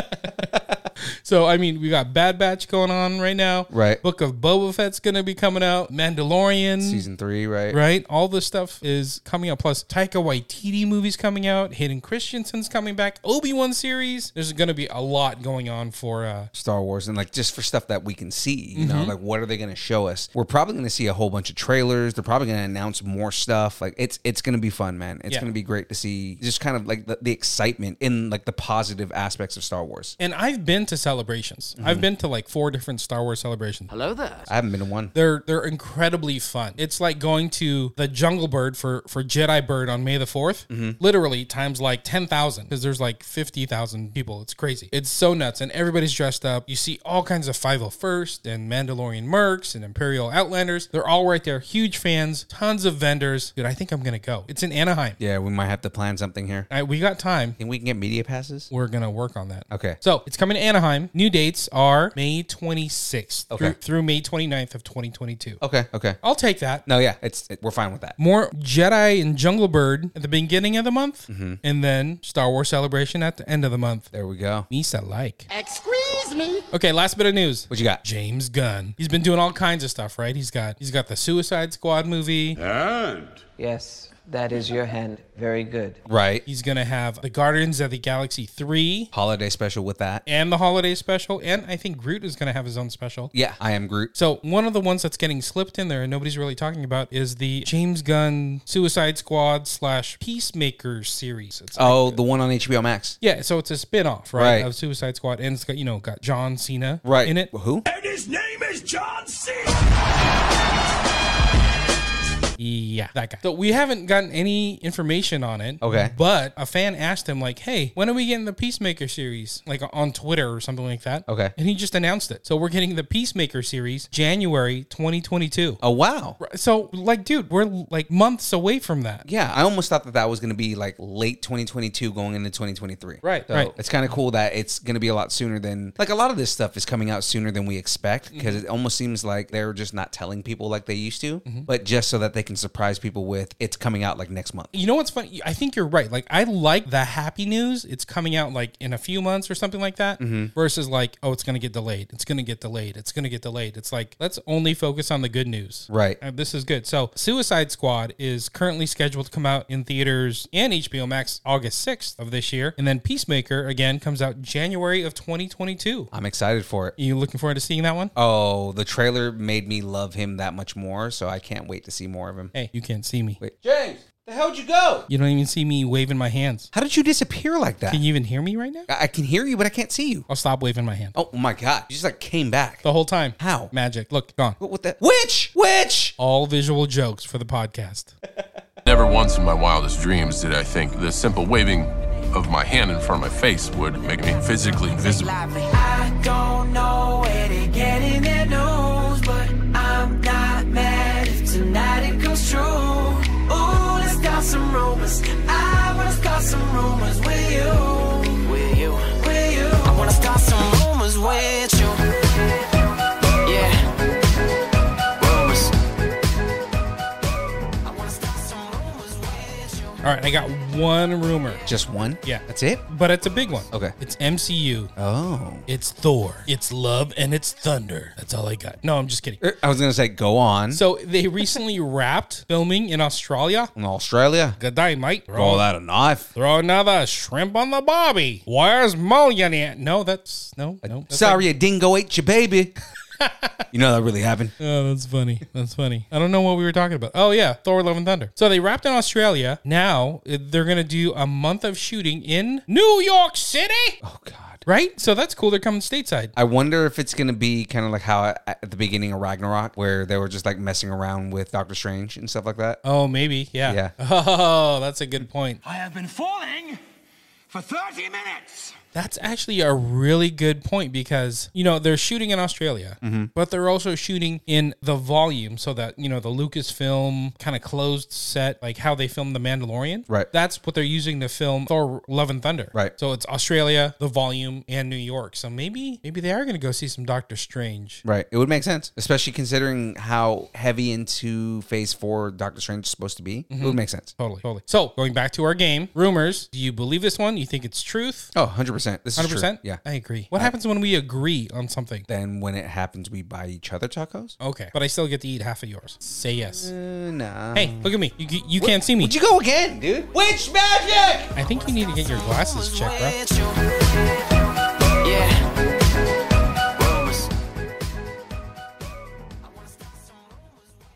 S4: So I mean, we got Bad Batch going on right now.
S1: Right.
S4: Book of Boba Fett's gonna be coming out. Mandalorian.
S1: season three right
S4: Mm-hmm. Right. All this stuff is coming out. Plus, Taika Waititi movies coming out. Hayden Christensen's coming back. Obi Wan series. There's gonna be a lot going on for. uh
S1: Star Wars and like just for stuff that we can see, you know,
S4: Mm-hmm.
S1: like what are they going to show us? We're probably going to see a whole bunch of trailers. They're probably going to announce more stuff. Like it's it's going to be fun, man. It's
S4: Yeah.
S1: going to be great to see just kind of like the, the excitement in like the positive aspects of Star Wars.
S4: And I've been to celebrations.
S1: Mm-hmm.
S4: I've been to like four different Star Wars celebrations.
S8: Hello there.
S1: I haven't been to one.
S4: They're they're incredibly fun. It's like going to the Jungle Bird for for Jedi Bird on May the 4th
S1: Mm-hmm.
S4: Literally times like ten thousand because there's like fifty thousand people. It's crazy. It's so nuts, and everybody's dressed up. You see all kinds of Five Hundred First and Mandalorian Mercs and Imperial Outlanders. They're all right there. Huge fans. Tons of vendors. Dude, I think I'm gonna go. It's in Anaheim.
S1: Yeah, we might have to plan something here.
S4: All right, we got time.
S1: Think we can get media passes?
S4: We're gonna work on that.
S1: Okay.
S4: So it's coming to Anaheim. time. New dates are May 26th through,
S1: Okay. Oh.
S4: through May 29th of 2022.
S1: Okay, okay.
S4: I'll take that.
S1: No, yeah, it's it, we're fine with that.
S4: More Jedi and Jungle Bird at the beginning of the month,
S1: Mm-hmm.
S4: and then Star Wars Celebration at the end of the month.
S1: There we go.
S4: Misa like.
S8: Excuse me.
S4: Okay, last bit of news.
S1: What you got?
S4: James Gunn. He's been doing all kinds of stuff, right? He's got he's got the Suicide Squad movie.
S7: And
S9: Yes, that is your hand. Very good.
S1: Right.
S4: He's gonna have the Guardians of the Galaxy three
S1: Holiday special with that.
S4: and the holiday special, and I think Groot is gonna have his own special.
S1: Yeah, I am Groot.
S4: So one of the ones that's getting slipped in there and nobody's really talking about is the James Gunn Suicide Squad slash Peacemaker series. It's
S1: Oh, the one on HBO Max.
S4: Yeah, so it's a spin-off, right,
S1: Right.
S4: of Suicide Squad, and it's got you know got John Cena
S1: Right.
S4: in it.
S1: Who?
S7: his name is John C.
S4: Yeah, that guy. So we haven't gotten any information on it.
S1: Okay.
S4: but a fan asked him like, "Hey, when are we getting the Peacemaker series?" Like on Twitter or something like that.
S1: Okay.
S4: and he just announced it. So we're getting the Peacemaker series January 2022.
S1: Oh wow.
S4: So like, dude, we're like months away from that.
S1: Yeah, I almost thought that that was going to be like late 2022 going into 2023.
S4: Right,
S1: So
S4: right.
S1: It's kind of cool that it's going to be a lot sooner than like a lot of this stuff is coming out sooner than we expect because
S4: Mm-hmm.
S1: it almost seems like they're just not telling people like they used to, but just so that they can surprise people with it's coming out like next month.
S4: You know what's funny? I think you're right. Like, I like the happy news. It's coming out like in a few months or something like that,
S1: Mm-hmm.
S4: versus like, oh, it's going to get delayed. It's going to get delayed. It's going to get delayed. It's like, let's only focus on the good news.
S1: Right.
S4: Uh, this is good. So, Suicide Squad is currently scheduled to come out in theaters and HBO Max August 6th of this year. And then Peacemaker again comes out January of 2022.
S1: I'm excited for it.
S4: You looking forward to seeing that one?
S1: Oh, the trailer made me love him that much more, so I can't wait to see more of him.
S4: Hey, you can't see me.
S1: Wait. James, the hell'd you go?
S4: You don't even see me waving my hands.
S1: How did you disappear like that?
S4: Can you even hear me right now?
S1: I I can hear you, but I can't see you.
S4: I'll stop waving my hand.
S1: Oh my god, you just like came back.
S4: The whole time.
S1: How?
S4: Magic. Look, gone.
S1: What, what the? Witch! Witch!
S4: all visual jokes for the podcast.
S10: Never once in my wildest dreams did I think the simple waving of my hand in front of my face would make me physically invisible.
S11: I don't know where they're getting their news, but I'm not mad if tonight it comes true. Ooh, let's start some rumors. I wanna start some rumors with you. With you. With you. I wanna start some rumors with you. Yeah. Rumors. I wanna start some rumors with you.
S4: All right, I got one rumor,
S1: Just one?
S4: Yeah.
S1: That's it?
S4: but it's a big one.
S1: Okay.
S4: It's MCU.
S1: Oh.
S4: It's Thor. It's love and it's thunder. That's all I got. No, I'm just kidding.
S1: Er, hmm? I was going to say, go on.
S4: So they recently wrapped filming in Australia.
S1: In Australia.
S4: Good day, mate. Throw,
S1: Call that a knife.
S4: throw another shrimp on the barbie. Where's Mullion at? No, that's no, no. that's
S1: Sorry, a dingo ate your baby. you know that really happened.
S4: Oh, that's funny. That's funny. I don't know what we were talking about. Oh yeah, Thor: Love and Thunder. So they wrapped in Australia. Now uh, they're gonna do a month of shooting in New York City.
S1: Oh, God.
S4: Right? So that's cool. They're coming stateside.
S1: I wonder if it's going to be kind of like how at at the beginning of Ragnarok, where they were just like messing around with Doctor Strange and stuff like that.
S4: Oh, maybe. Yeah.
S1: Yeah.
S4: Oh, that's a good point.
S11: I have been falling for 30 minutes.
S4: That's actually a really good point because, you know, they're shooting in Australia,
S1: Mm-hmm.
S4: but they're also shooting in the volume so that, you know, the Lucasfilm kind of closed set, like how they filmed The Mandalorian.
S1: Right.
S4: That's what they're using to film Thor Love and Thunder.
S1: Right.
S4: So it's Australia, the volume, and New York. So maybe, maybe they are going to go see some Doctor Strange.
S1: Right. It would make sense, especially considering how heavy into phase four Doctor Strange is supposed to be.
S4: Mm-hmm.
S1: It would make sense.
S4: Totally, totally. So going back to our game, rumors. Do you believe this one? You think it's truth?
S1: Oh, 100%. This is 100%?
S4: 100%?
S1: Yeah.
S4: I agree. What happens when we agree on something?
S1: Then when it happens, we buy each other tacos?
S4: Okay. But I still get to eat half of yours. Say yes.
S1: Uh, nah.
S4: Hey, look at me. You, you- you can't see me.
S1: Would you go again, dude? Witch magic!
S4: I think you need to get your glasses checked, bro.
S11: With you. Yeah. Rumors.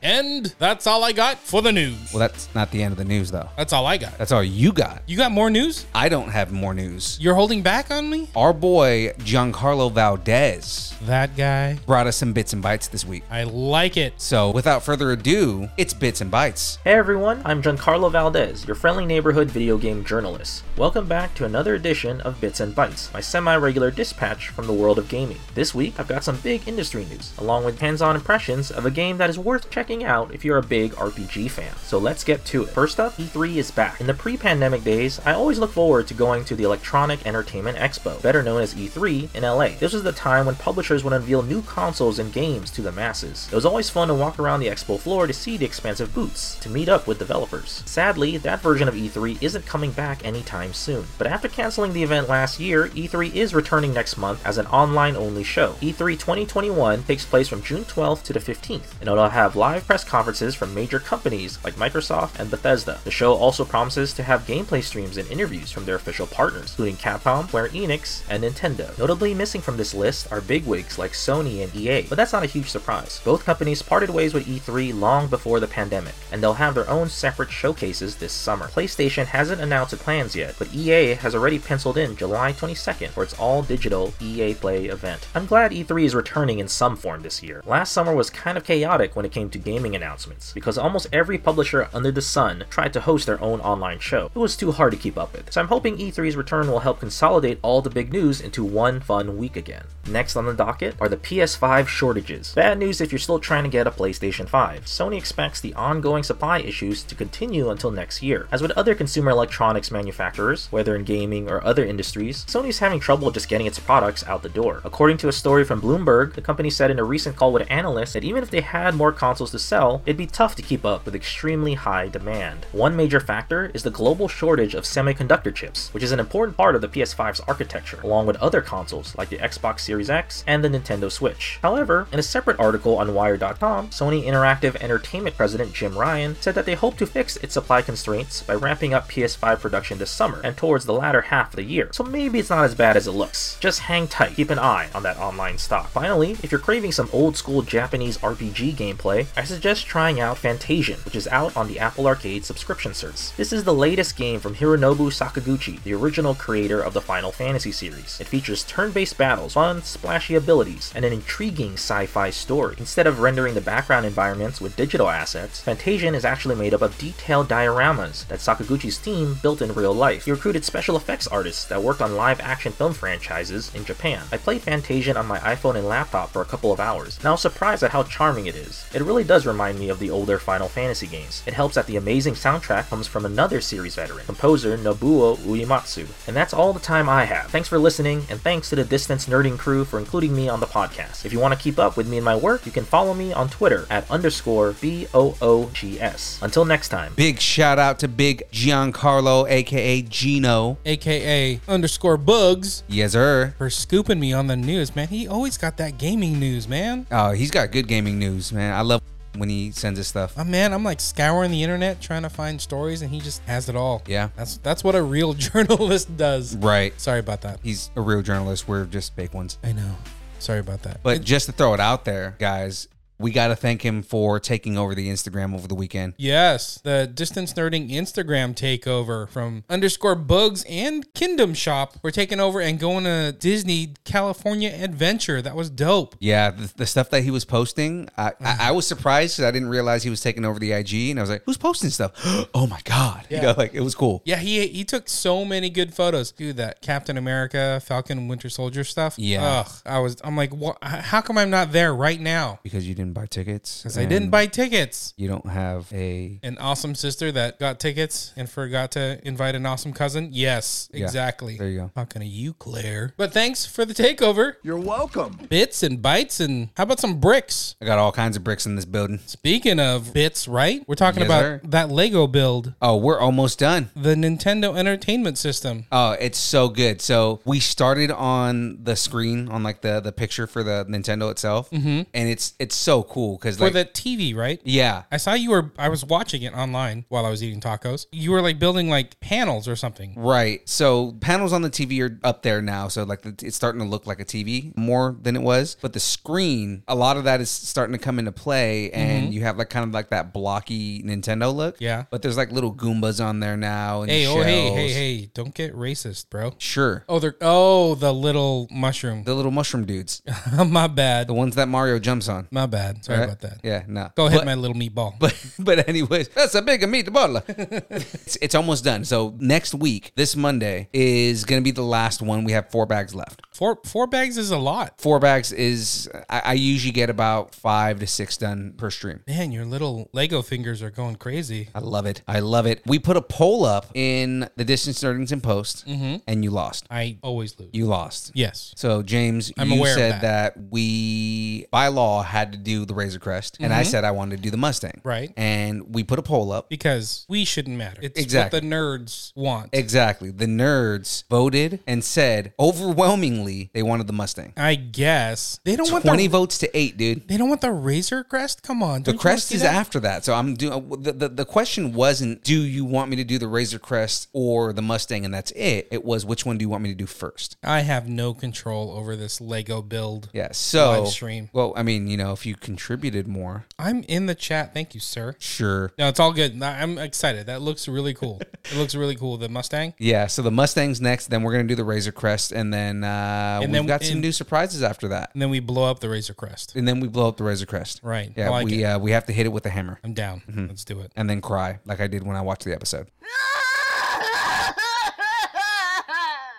S4: And that's all I got for the news.
S1: Well, that's not the end of the news, though.
S4: That's all I got.
S1: That's all you got.
S4: You got more news?
S1: I don't have more news.
S4: You're holding back on me?
S1: Our boy Giancarlo Valdez
S4: That guy.
S1: brought us some bits and bites this week.
S4: I like it.
S1: So, without further ado, it's bits and bites.
S12: Hey everyone, I'm Giancarlo Valdez, your friendly neighborhood video game journalist. Welcome back to another edition of Bits and Bytes, my semi regular dispatch from the world of gaming. This week, I've got some big industry news, along with hands on impressions of a game that is worth checking out out if you're a big RPG fan. So let's get to it. First up, E3 is back. In the pre pandemic days, I always look forward to going to the Electronic Entertainment Expo, better known as E3, in LA. This was the time when publishers would unveil new consoles and games to the masses. It was always fun to walk around the expo floor to see the expansive booths, to meet up with developers. Sadly, that version of E3 isn't coming back anytime soon. But after canceling the event last year, E3 is returning next month as an online only show. E E3 2021 takes place from June 12th to the 15th, and it'll have live press conferences from major companies like Microsoft and Bethesda. The show also promises to have gameplay streams and interviews from their official partners, including Capcom, Square Enix, and Nintendo. Notably missing from this list are bigwigs like Sony and EA, but that's not a huge surprise. Both companies parted ways with E3 long before the pandemic, and they'll have their own separate showcases this summer. PlayStation hasn't announced its plans yet, but EA has already penciled in July 22nd for its all digital EA Play event. I'm glad E3 is returning in some form this year. Last summer was kind of chaotic when it came to gaming announcements, because almost every publisher under the sun tried to host their own online show. It was too hard to keep up with. So I'm hoping E3's return will help consolidate all the big news into one fun week again. Next on the docket are the PS5 shortages. Bad news if you're still trying to get a PlayStation 5. Sony expects the ongoing supply issues to continue until next year. As with other consumer electronics manufacturers, whether in gaming or other industries, Sony's having trouble just getting its products out the door. According to a story from Bloomberg, the company said in a recent call with analysts that even if they had more consoles to sell, it'd be tough to keep up with extremely high demand. One major factor is the global shortage of semiconductor chips, which is an important part of the PS5's architecture, along with other consoles like the Xbox Series X and the Nintendo Switch. However, in a separate article on Wire.com, Sony Interactive Entertainment president Jim Ryan said that they hope to fix its supply constraints by ramping up PS5 production this summer and towards the latter half of the year, so maybe it's not as bad as it looks. Just hang tight, keep an eye on that online stock. Finally, if you're craving some old school Japanese RPG gameplay, I suggest trying out Fantasian, which is out on the Apple Arcade subscription service. This is the latest game from Hironobu Sakaguchi, the original creator of the Final Fantasy series. It features turn based battles, fun, splashy abilities, and an intriguing sci fi story. Instead of rendering the background environments with digital assets, Fantasian is actually made up of detailed dioramas that Sakaguchi's team built in real life. He recruited special effects artists that worked on live action film franchises in Japan. I played Fantasian on my iPhone and laptop for a couple of hours, and I was surprised at how charming it is. It really does remind me of the older Final Fantasy games. It helps that the amazing soundtrack comes from another series veteran, composer Nobuo Uematsu. And that's all the time I have. Thanks for listening, and thanks to the Distance Nerding crew for including me on the podcast. If you want to keep up with me and my work, you can follow me on Twitter at underscore B O O G S. Until next time.
S1: Big shout out to Big Giancarlo, aka Gino.
S4: AKA underscore Bugs,
S1: Yes, sir.
S4: for scooping me on the news, man. He always got that gaming news, man.
S1: Oh, he's got good gaming news, man. I love when he sends us stuff.
S4: Oh, man, I'm like scouring the internet trying to find stories, and he just has it all.
S1: Yeah.
S4: That's that's what a real journalist does.
S1: Right.
S4: Sorry about that.
S1: He's a real journalist. We're just fake ones.
S4: I know. Sorry about that.
S1: But
S4: It-
S1: just to throw it out there, guys, we got to thank him for taking over the Instagram over the weekend.
S4: Yes, the distance nerding Instagram takeover from underscore bugs and Kingdom Shop. We're taking over and going to Disney California Adventure. That was dope.
S1: Yeah, the, the stuff that he was posting, I, I,
S4: Mm.
S1: I was surprised because I didn't realize he was taking over the IG, and I was like, "Who's posting stuff? oh my god!" You
S4: Yeah.
S1: know, like it was cool.
S4: Yeah, he he took so many good photos. Dude, that Captain America, Falcon, Winter Soldier stuff.
S1: Yeah.
S4: Ugh, I was. I'm like, what? How come I'm not there right now?
S1: Because you didn't buy tickets.
S4: Because I didn't
S1: and
S4: buy tickets.
S1: You don't have a
S4: An awesome sister that got tickets and forgot to invite an awesome cousin. Yes,
S1: Yeah,
S4: exactly.
S1: there you go.
S4: Talking to you, Claire. But thanks for the takeover.
S7: You're welcome.
S4: Bits and bites, and how about some bricks?
S1: I got all kinds of bricks in this building.
S4: Speaking of bits, right? We're talking
S1: Yes,
S4: about
S1: sir.
S4: that Lego build,
S1: Oh, we're almost done.
S4: the Nintendo Entertainment System.
S1: Oh, it's so good. So we started on the screen on like the the picture for the Nintendo itself, mm-hmm. and it's it's so cool because
S4: For
S1: like
S4: the TV, right?
S1: yeah,
S4: I saw you were, I was watching it online while I was eating tacos. You were like building like panels or something.
S1: Right. So panels on the TV are up there now. So like the, it's starting to look like a TV more than it was. But the screen, a lot of that is starting to come into play, and you have like kind of like that blocky Nintendo look.
S4: Mm-hmm. Yeah.
S1: But there's like little Goombas on there now. And
S4: Hey, oh, hey, hey,
S1: shells.
S4: hey, don't get racist, bro.
S1: Sure.
S4: Oh, they're, oh, the little mushroom.
S1: The little mushroom dudes,
S4: My bad.
S1: the ones that Mario jumps on.
S4: My bad. Sorry
S1: Right?
S4: about that.
S1: Yeah, no.
S4: Go ahead,
S1: But-
S4: my little meatball.
S1: But but anyways, that's a big meatball. it's, it's almost done. So next week, this Monday is gonna be the last one. We have four bags left.
S4: Four four bags is a lot.
S1: Four bags is I, I usually get about five to six done per stream.
S4: Man, your little Lego fingers are going crazy.
S1: I love it. I love it. We put a poll up in the Distance Nerdington Post,
S4: Mhm.
S1: and you lost.
S4: I always lose.
S1: You lost.
S4: Yes.
S1: So James,
S4: I'm
S1: you
S4: aware of
S1: said that. we by law had to do the Razor Crest, and I
S4: Mhm.
S1: said I wanted to do the Mustang.
S4: Right.
S1: And we put a poll up.
S4: Because we shouldn't matter. It's
S1: Exactly.
S4: what the nerds want.
S1: Exactly. The nerds voted and said overwhelmingly they wanted the Mustang.
S4: I guess. They don't want
S1: 20
S4: the
S1: votes to 8, dude.
S4: They don't want the Razor Crest? Come on.
S1: The
S4: don't you wanna
S1: crest
S4: see
S1: is
S4: Mm-hmm. that?
S1: after that. So I'm doing the, the the question wasn't do you want me to do the Razor Crest or the Mustang and that's it. It was which one do you want me to do first?
S4: I have no control over this Lego build.
S1: Yeah. So
S4: live stream.
S1: Well, I mean, you know, if you contributed more,
S4: I'm in the chat. Thank you, sir.
S1: sure.
S4: No, it's all good. I- I'm excited. That looks really cool. it looks really cool. The Mustang.
S1: Yeah, so the Mustang's next, then we're gonna do the Razor Crest, and then uh
S4: And
S1: we've
S4: then-
S1: got some
S4: and-
S1: new surprises after that.
S4: And then we blow up the Razor Crest.
S1: And then we blow up the Razor Crest.
S4: Right.
S1: Yeah,
S4: I like
S1: we uh, we have to hit it with a hammer.
S4: I'm down.
S1: Mhm.
S4: Let's do it.
S1: And then cry, like I did when I watched the episode.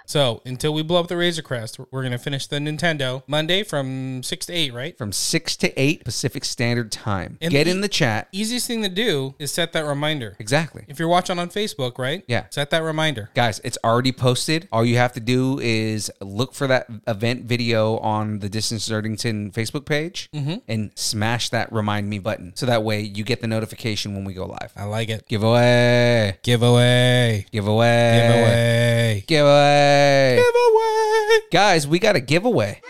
S4: So until we blow up the Razor Crest, we're gonna finish the Nintendo Monday from six to eight, right?
S1: From six to eight Pacific Standard Time.
S4: And
S1: Get
S4: the- E
S1: in the chat.
S4: Easiest thing to do is set that reminder.
S1: Exactly.
S4: If you're watching on Facebook, right?
S1: Yeah.
S4: Set that reminder.
S1: Guys, it's already posted. All you have to do is look for that event video on the Distance Nerdington Facebook page
S4: Mhm.
S1: and smash that remind me button. So that way you get the notification when we go live.
S4: I like it.
S1: Giveaway.
S4: Giveaway.
S1: Giveaway.
S4: Giveaway.
S1: Giveaway.
S4: Giveaway.
S1: Guys, we got a giveaway.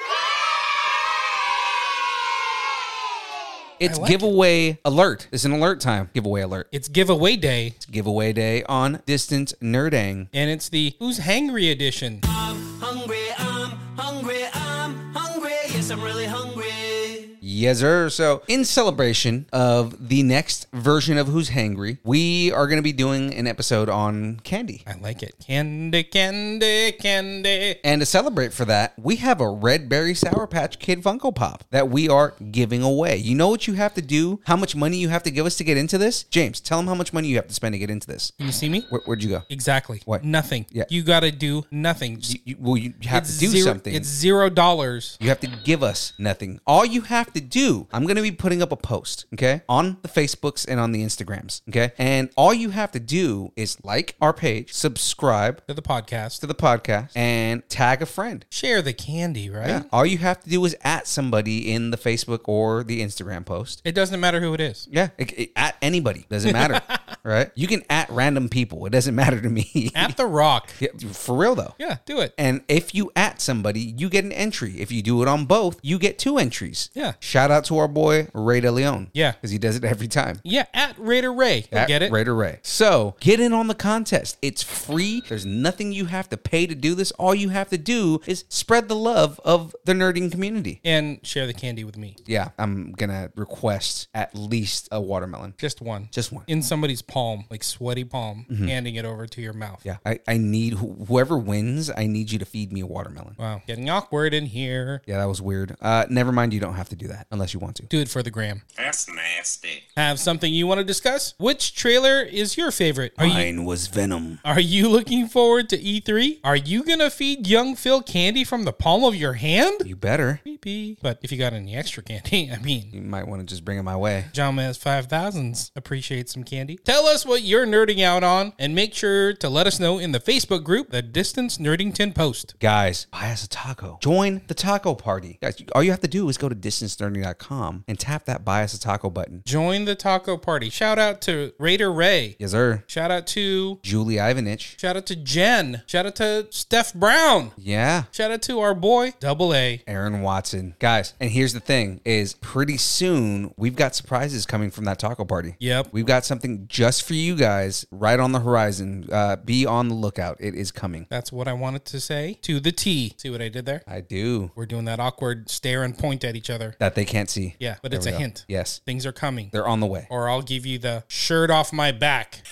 S1: It's
S4: like it.
S1: giveaway alert. It's an alert time. Giveaway alert.
S4: It's giveaway day,
S1: It's giveaway day on Distance Nerdang.
S4: and it's the Who's Hangry edition.
S11: Hungry, I'm hungry, I'm hungry. Yes, I'm really hungry.
S1: Yes, sir. So, in celebration of the next version of Who's Hangry, we are going to be doing an episode on candy.
S4: I like it. Candy, candy, candy.
S1: And to celebrate for that, we have a Red Berry Sour Patch Kid Funko Pop that we are giving away. You know what you have to do? How much money you have to give us to get into this? James, tell them how much money you have to spend to get into this.
S4: Can you see me?
S1: Where, where'd you go?
S4: Exactly.
S1: What?
S4: Nothing.
S1: Yeah.
S4: You gotta do nothing.
S1: You, you- well, you have
S4: It's
S1: to do
S4: zero-
S1: something.
S4: It's zero dollars.
S1: You have to give us nothing. All you have to do, I'm going to be putting up a post, okay, on the Facebooks and on the Instagrams, okay? And all you have to do is like our page, subscribe
S4: To the podcast.
S1: to the podcast, and tag a friend.
S4: Share the candy, right?
S1: Yeah. All you have to do is at somebody in the Facebook or the Instagram post.
S4: It doesn't matter who it is.
S1: Yeah, it- it- at anybody doesn't matter, right? You can at random people. It doesn't matter to me.
S4: At the rock.
S1: Yeah, for real though.
S4: Yeah, do it.
S1: And if you at somebody, you get an entry. If you do it on both, you get two entries.
S4: Yeah.
S1: Shout out to our boy Ray De Leon.
S4: Yeah.
S1: Because he does it every time.
S4: Yeah, at Raider Ray. You'll
S1: At
S4: get it?
S1: Ray to Ray. So get in on the contest. It's free. There's nothing you have to pay to do this. All you have to do is spread the love of the nerding community.
S4: And share the candy with me.
S1: Yeah, I'm gonna request at least a watermelon.
S4: Just one.
S1: Just one. Mm-hmm.
S4: In somebody's palm, like sweaty palm, handing it over to your mouth.
S1: Yeah. I, I need wh- whoever wins, I need you to feed me a watermelon.
S4: Wow. Getting awkward in here.
S1: Yeah, that was weird. Uh never mind, you don't have to do that unless you want to.
S4: Do it for the gram.
S7: That's nasty.
S4: Have something you want to discuss? Which trailer is your favorite? Are you
S1: Mine was Venom.
S4: are you looking forward to E3? Are you gonna feed young Phil candy from the palm of your hand?
S1: You better.
S4: Creepy. But if you got any extra candy, I mean,
S1: You might want to just bring it my way.
S4: John has 5000s appreciate some candy. Tell us what you're nerding out on and make sure to let us know in the Facebook group, The Distance Nerdington Post.
S1: Guys, buy us a taco. Join the taco party. Guys, you- all you have to do is go to distancelearning.com and tap that buy us a taco button.
S4: Join the taco party. Shout out to Raider Ray.
S1: Yes, sir.
S4: Shout out to
S1: Julie Ivanich.
S4: shout out to Jen. Shout out to Steph Brown.
S1: Yeah.
S4: Shout out to our boy Double A.
S1: Aaron Watson. Guys, and here's the thing is pretty soon we've got surprises coming from that taco party.
S4: Yep.
S1: We've got something just for you guys right on the horizon. Uh, be on the lookout. It is coming.
S4: That's what I wanted to say to the T. See what I did there?
S1: I do.
S4: We're doing that awkward stare and point at each other.
S1: That they can't see.
S4: Yeah, but
S1: There
S4: it's
S1: we
S4: a
S1: go.
S4: hint.
S1: Yes.
S4: Things are coming.
S1: They're on the way.
S4: or I'll give you the shirt off my back.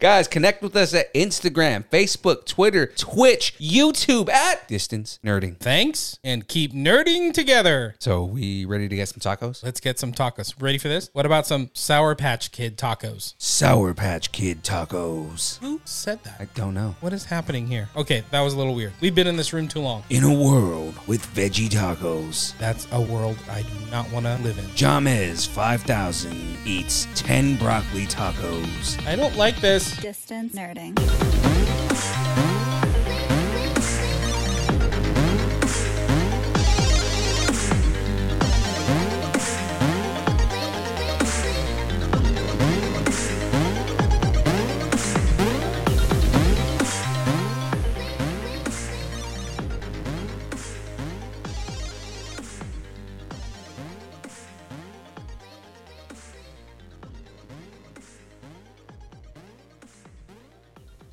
S1: Guys, connect with us at Instagram, Facebook, Twitter, Twitch, YouTube at Distance Nerding.
S4: Thanks and keep nerding together.
S1: So we ready to get some tacos?
S4: Let's get some tacos. Ready for this? What about some Sour Patch Kid tacos?
S1: Sour Patch Kid tacos.
S4: Who said that?
S1: I don't know.
S4: What is happening here? Okay, that was a little weird. We've been in this room too long.
S1: In a world with veggie tacos,
S4: That's a world I do not want to live in.
S1: Jamez 5000 eats 10 broccoli tacos.
S4: I don't like this.
S13: Distance nerding.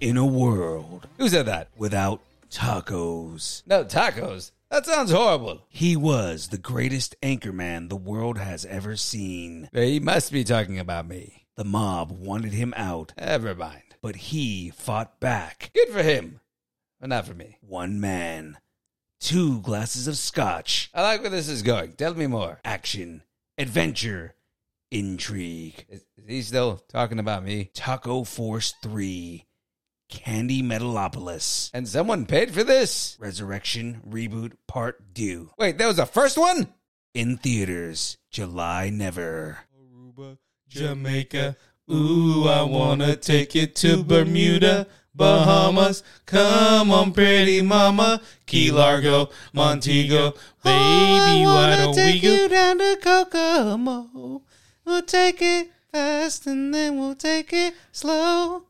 S1: In a world. Who said that? Without tacos. No, tacos. That sounds horrible. He was the greatest anchorman the world has ever seen. They must be talking about me. The mob wanted him out. Never mind. But he fought back. Good for him. But not for me. One man. Two glasses of scotch. I like where this is going. Tell me more. Action. Adventure. Intrigue. Is, is he still talking about me? Taco Force 3. Candy Metalopolis. And someone paid for this? Resurrection Reboot Part Due. Wait, that was the first one? In theaters, July never.
S4: Jamaica. Ooh, I wanna take you to Bermuda, Bahamas. Come on, pretty mama, Key Largo, Montego,
S1: Oh,
S4: baby. Why don't we go?
S1: down to Kokomo. We'll take it fast and then we'll take it slow.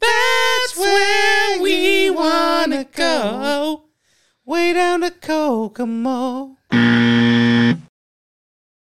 S1: That's where we wanna go. Way down to Kokomo.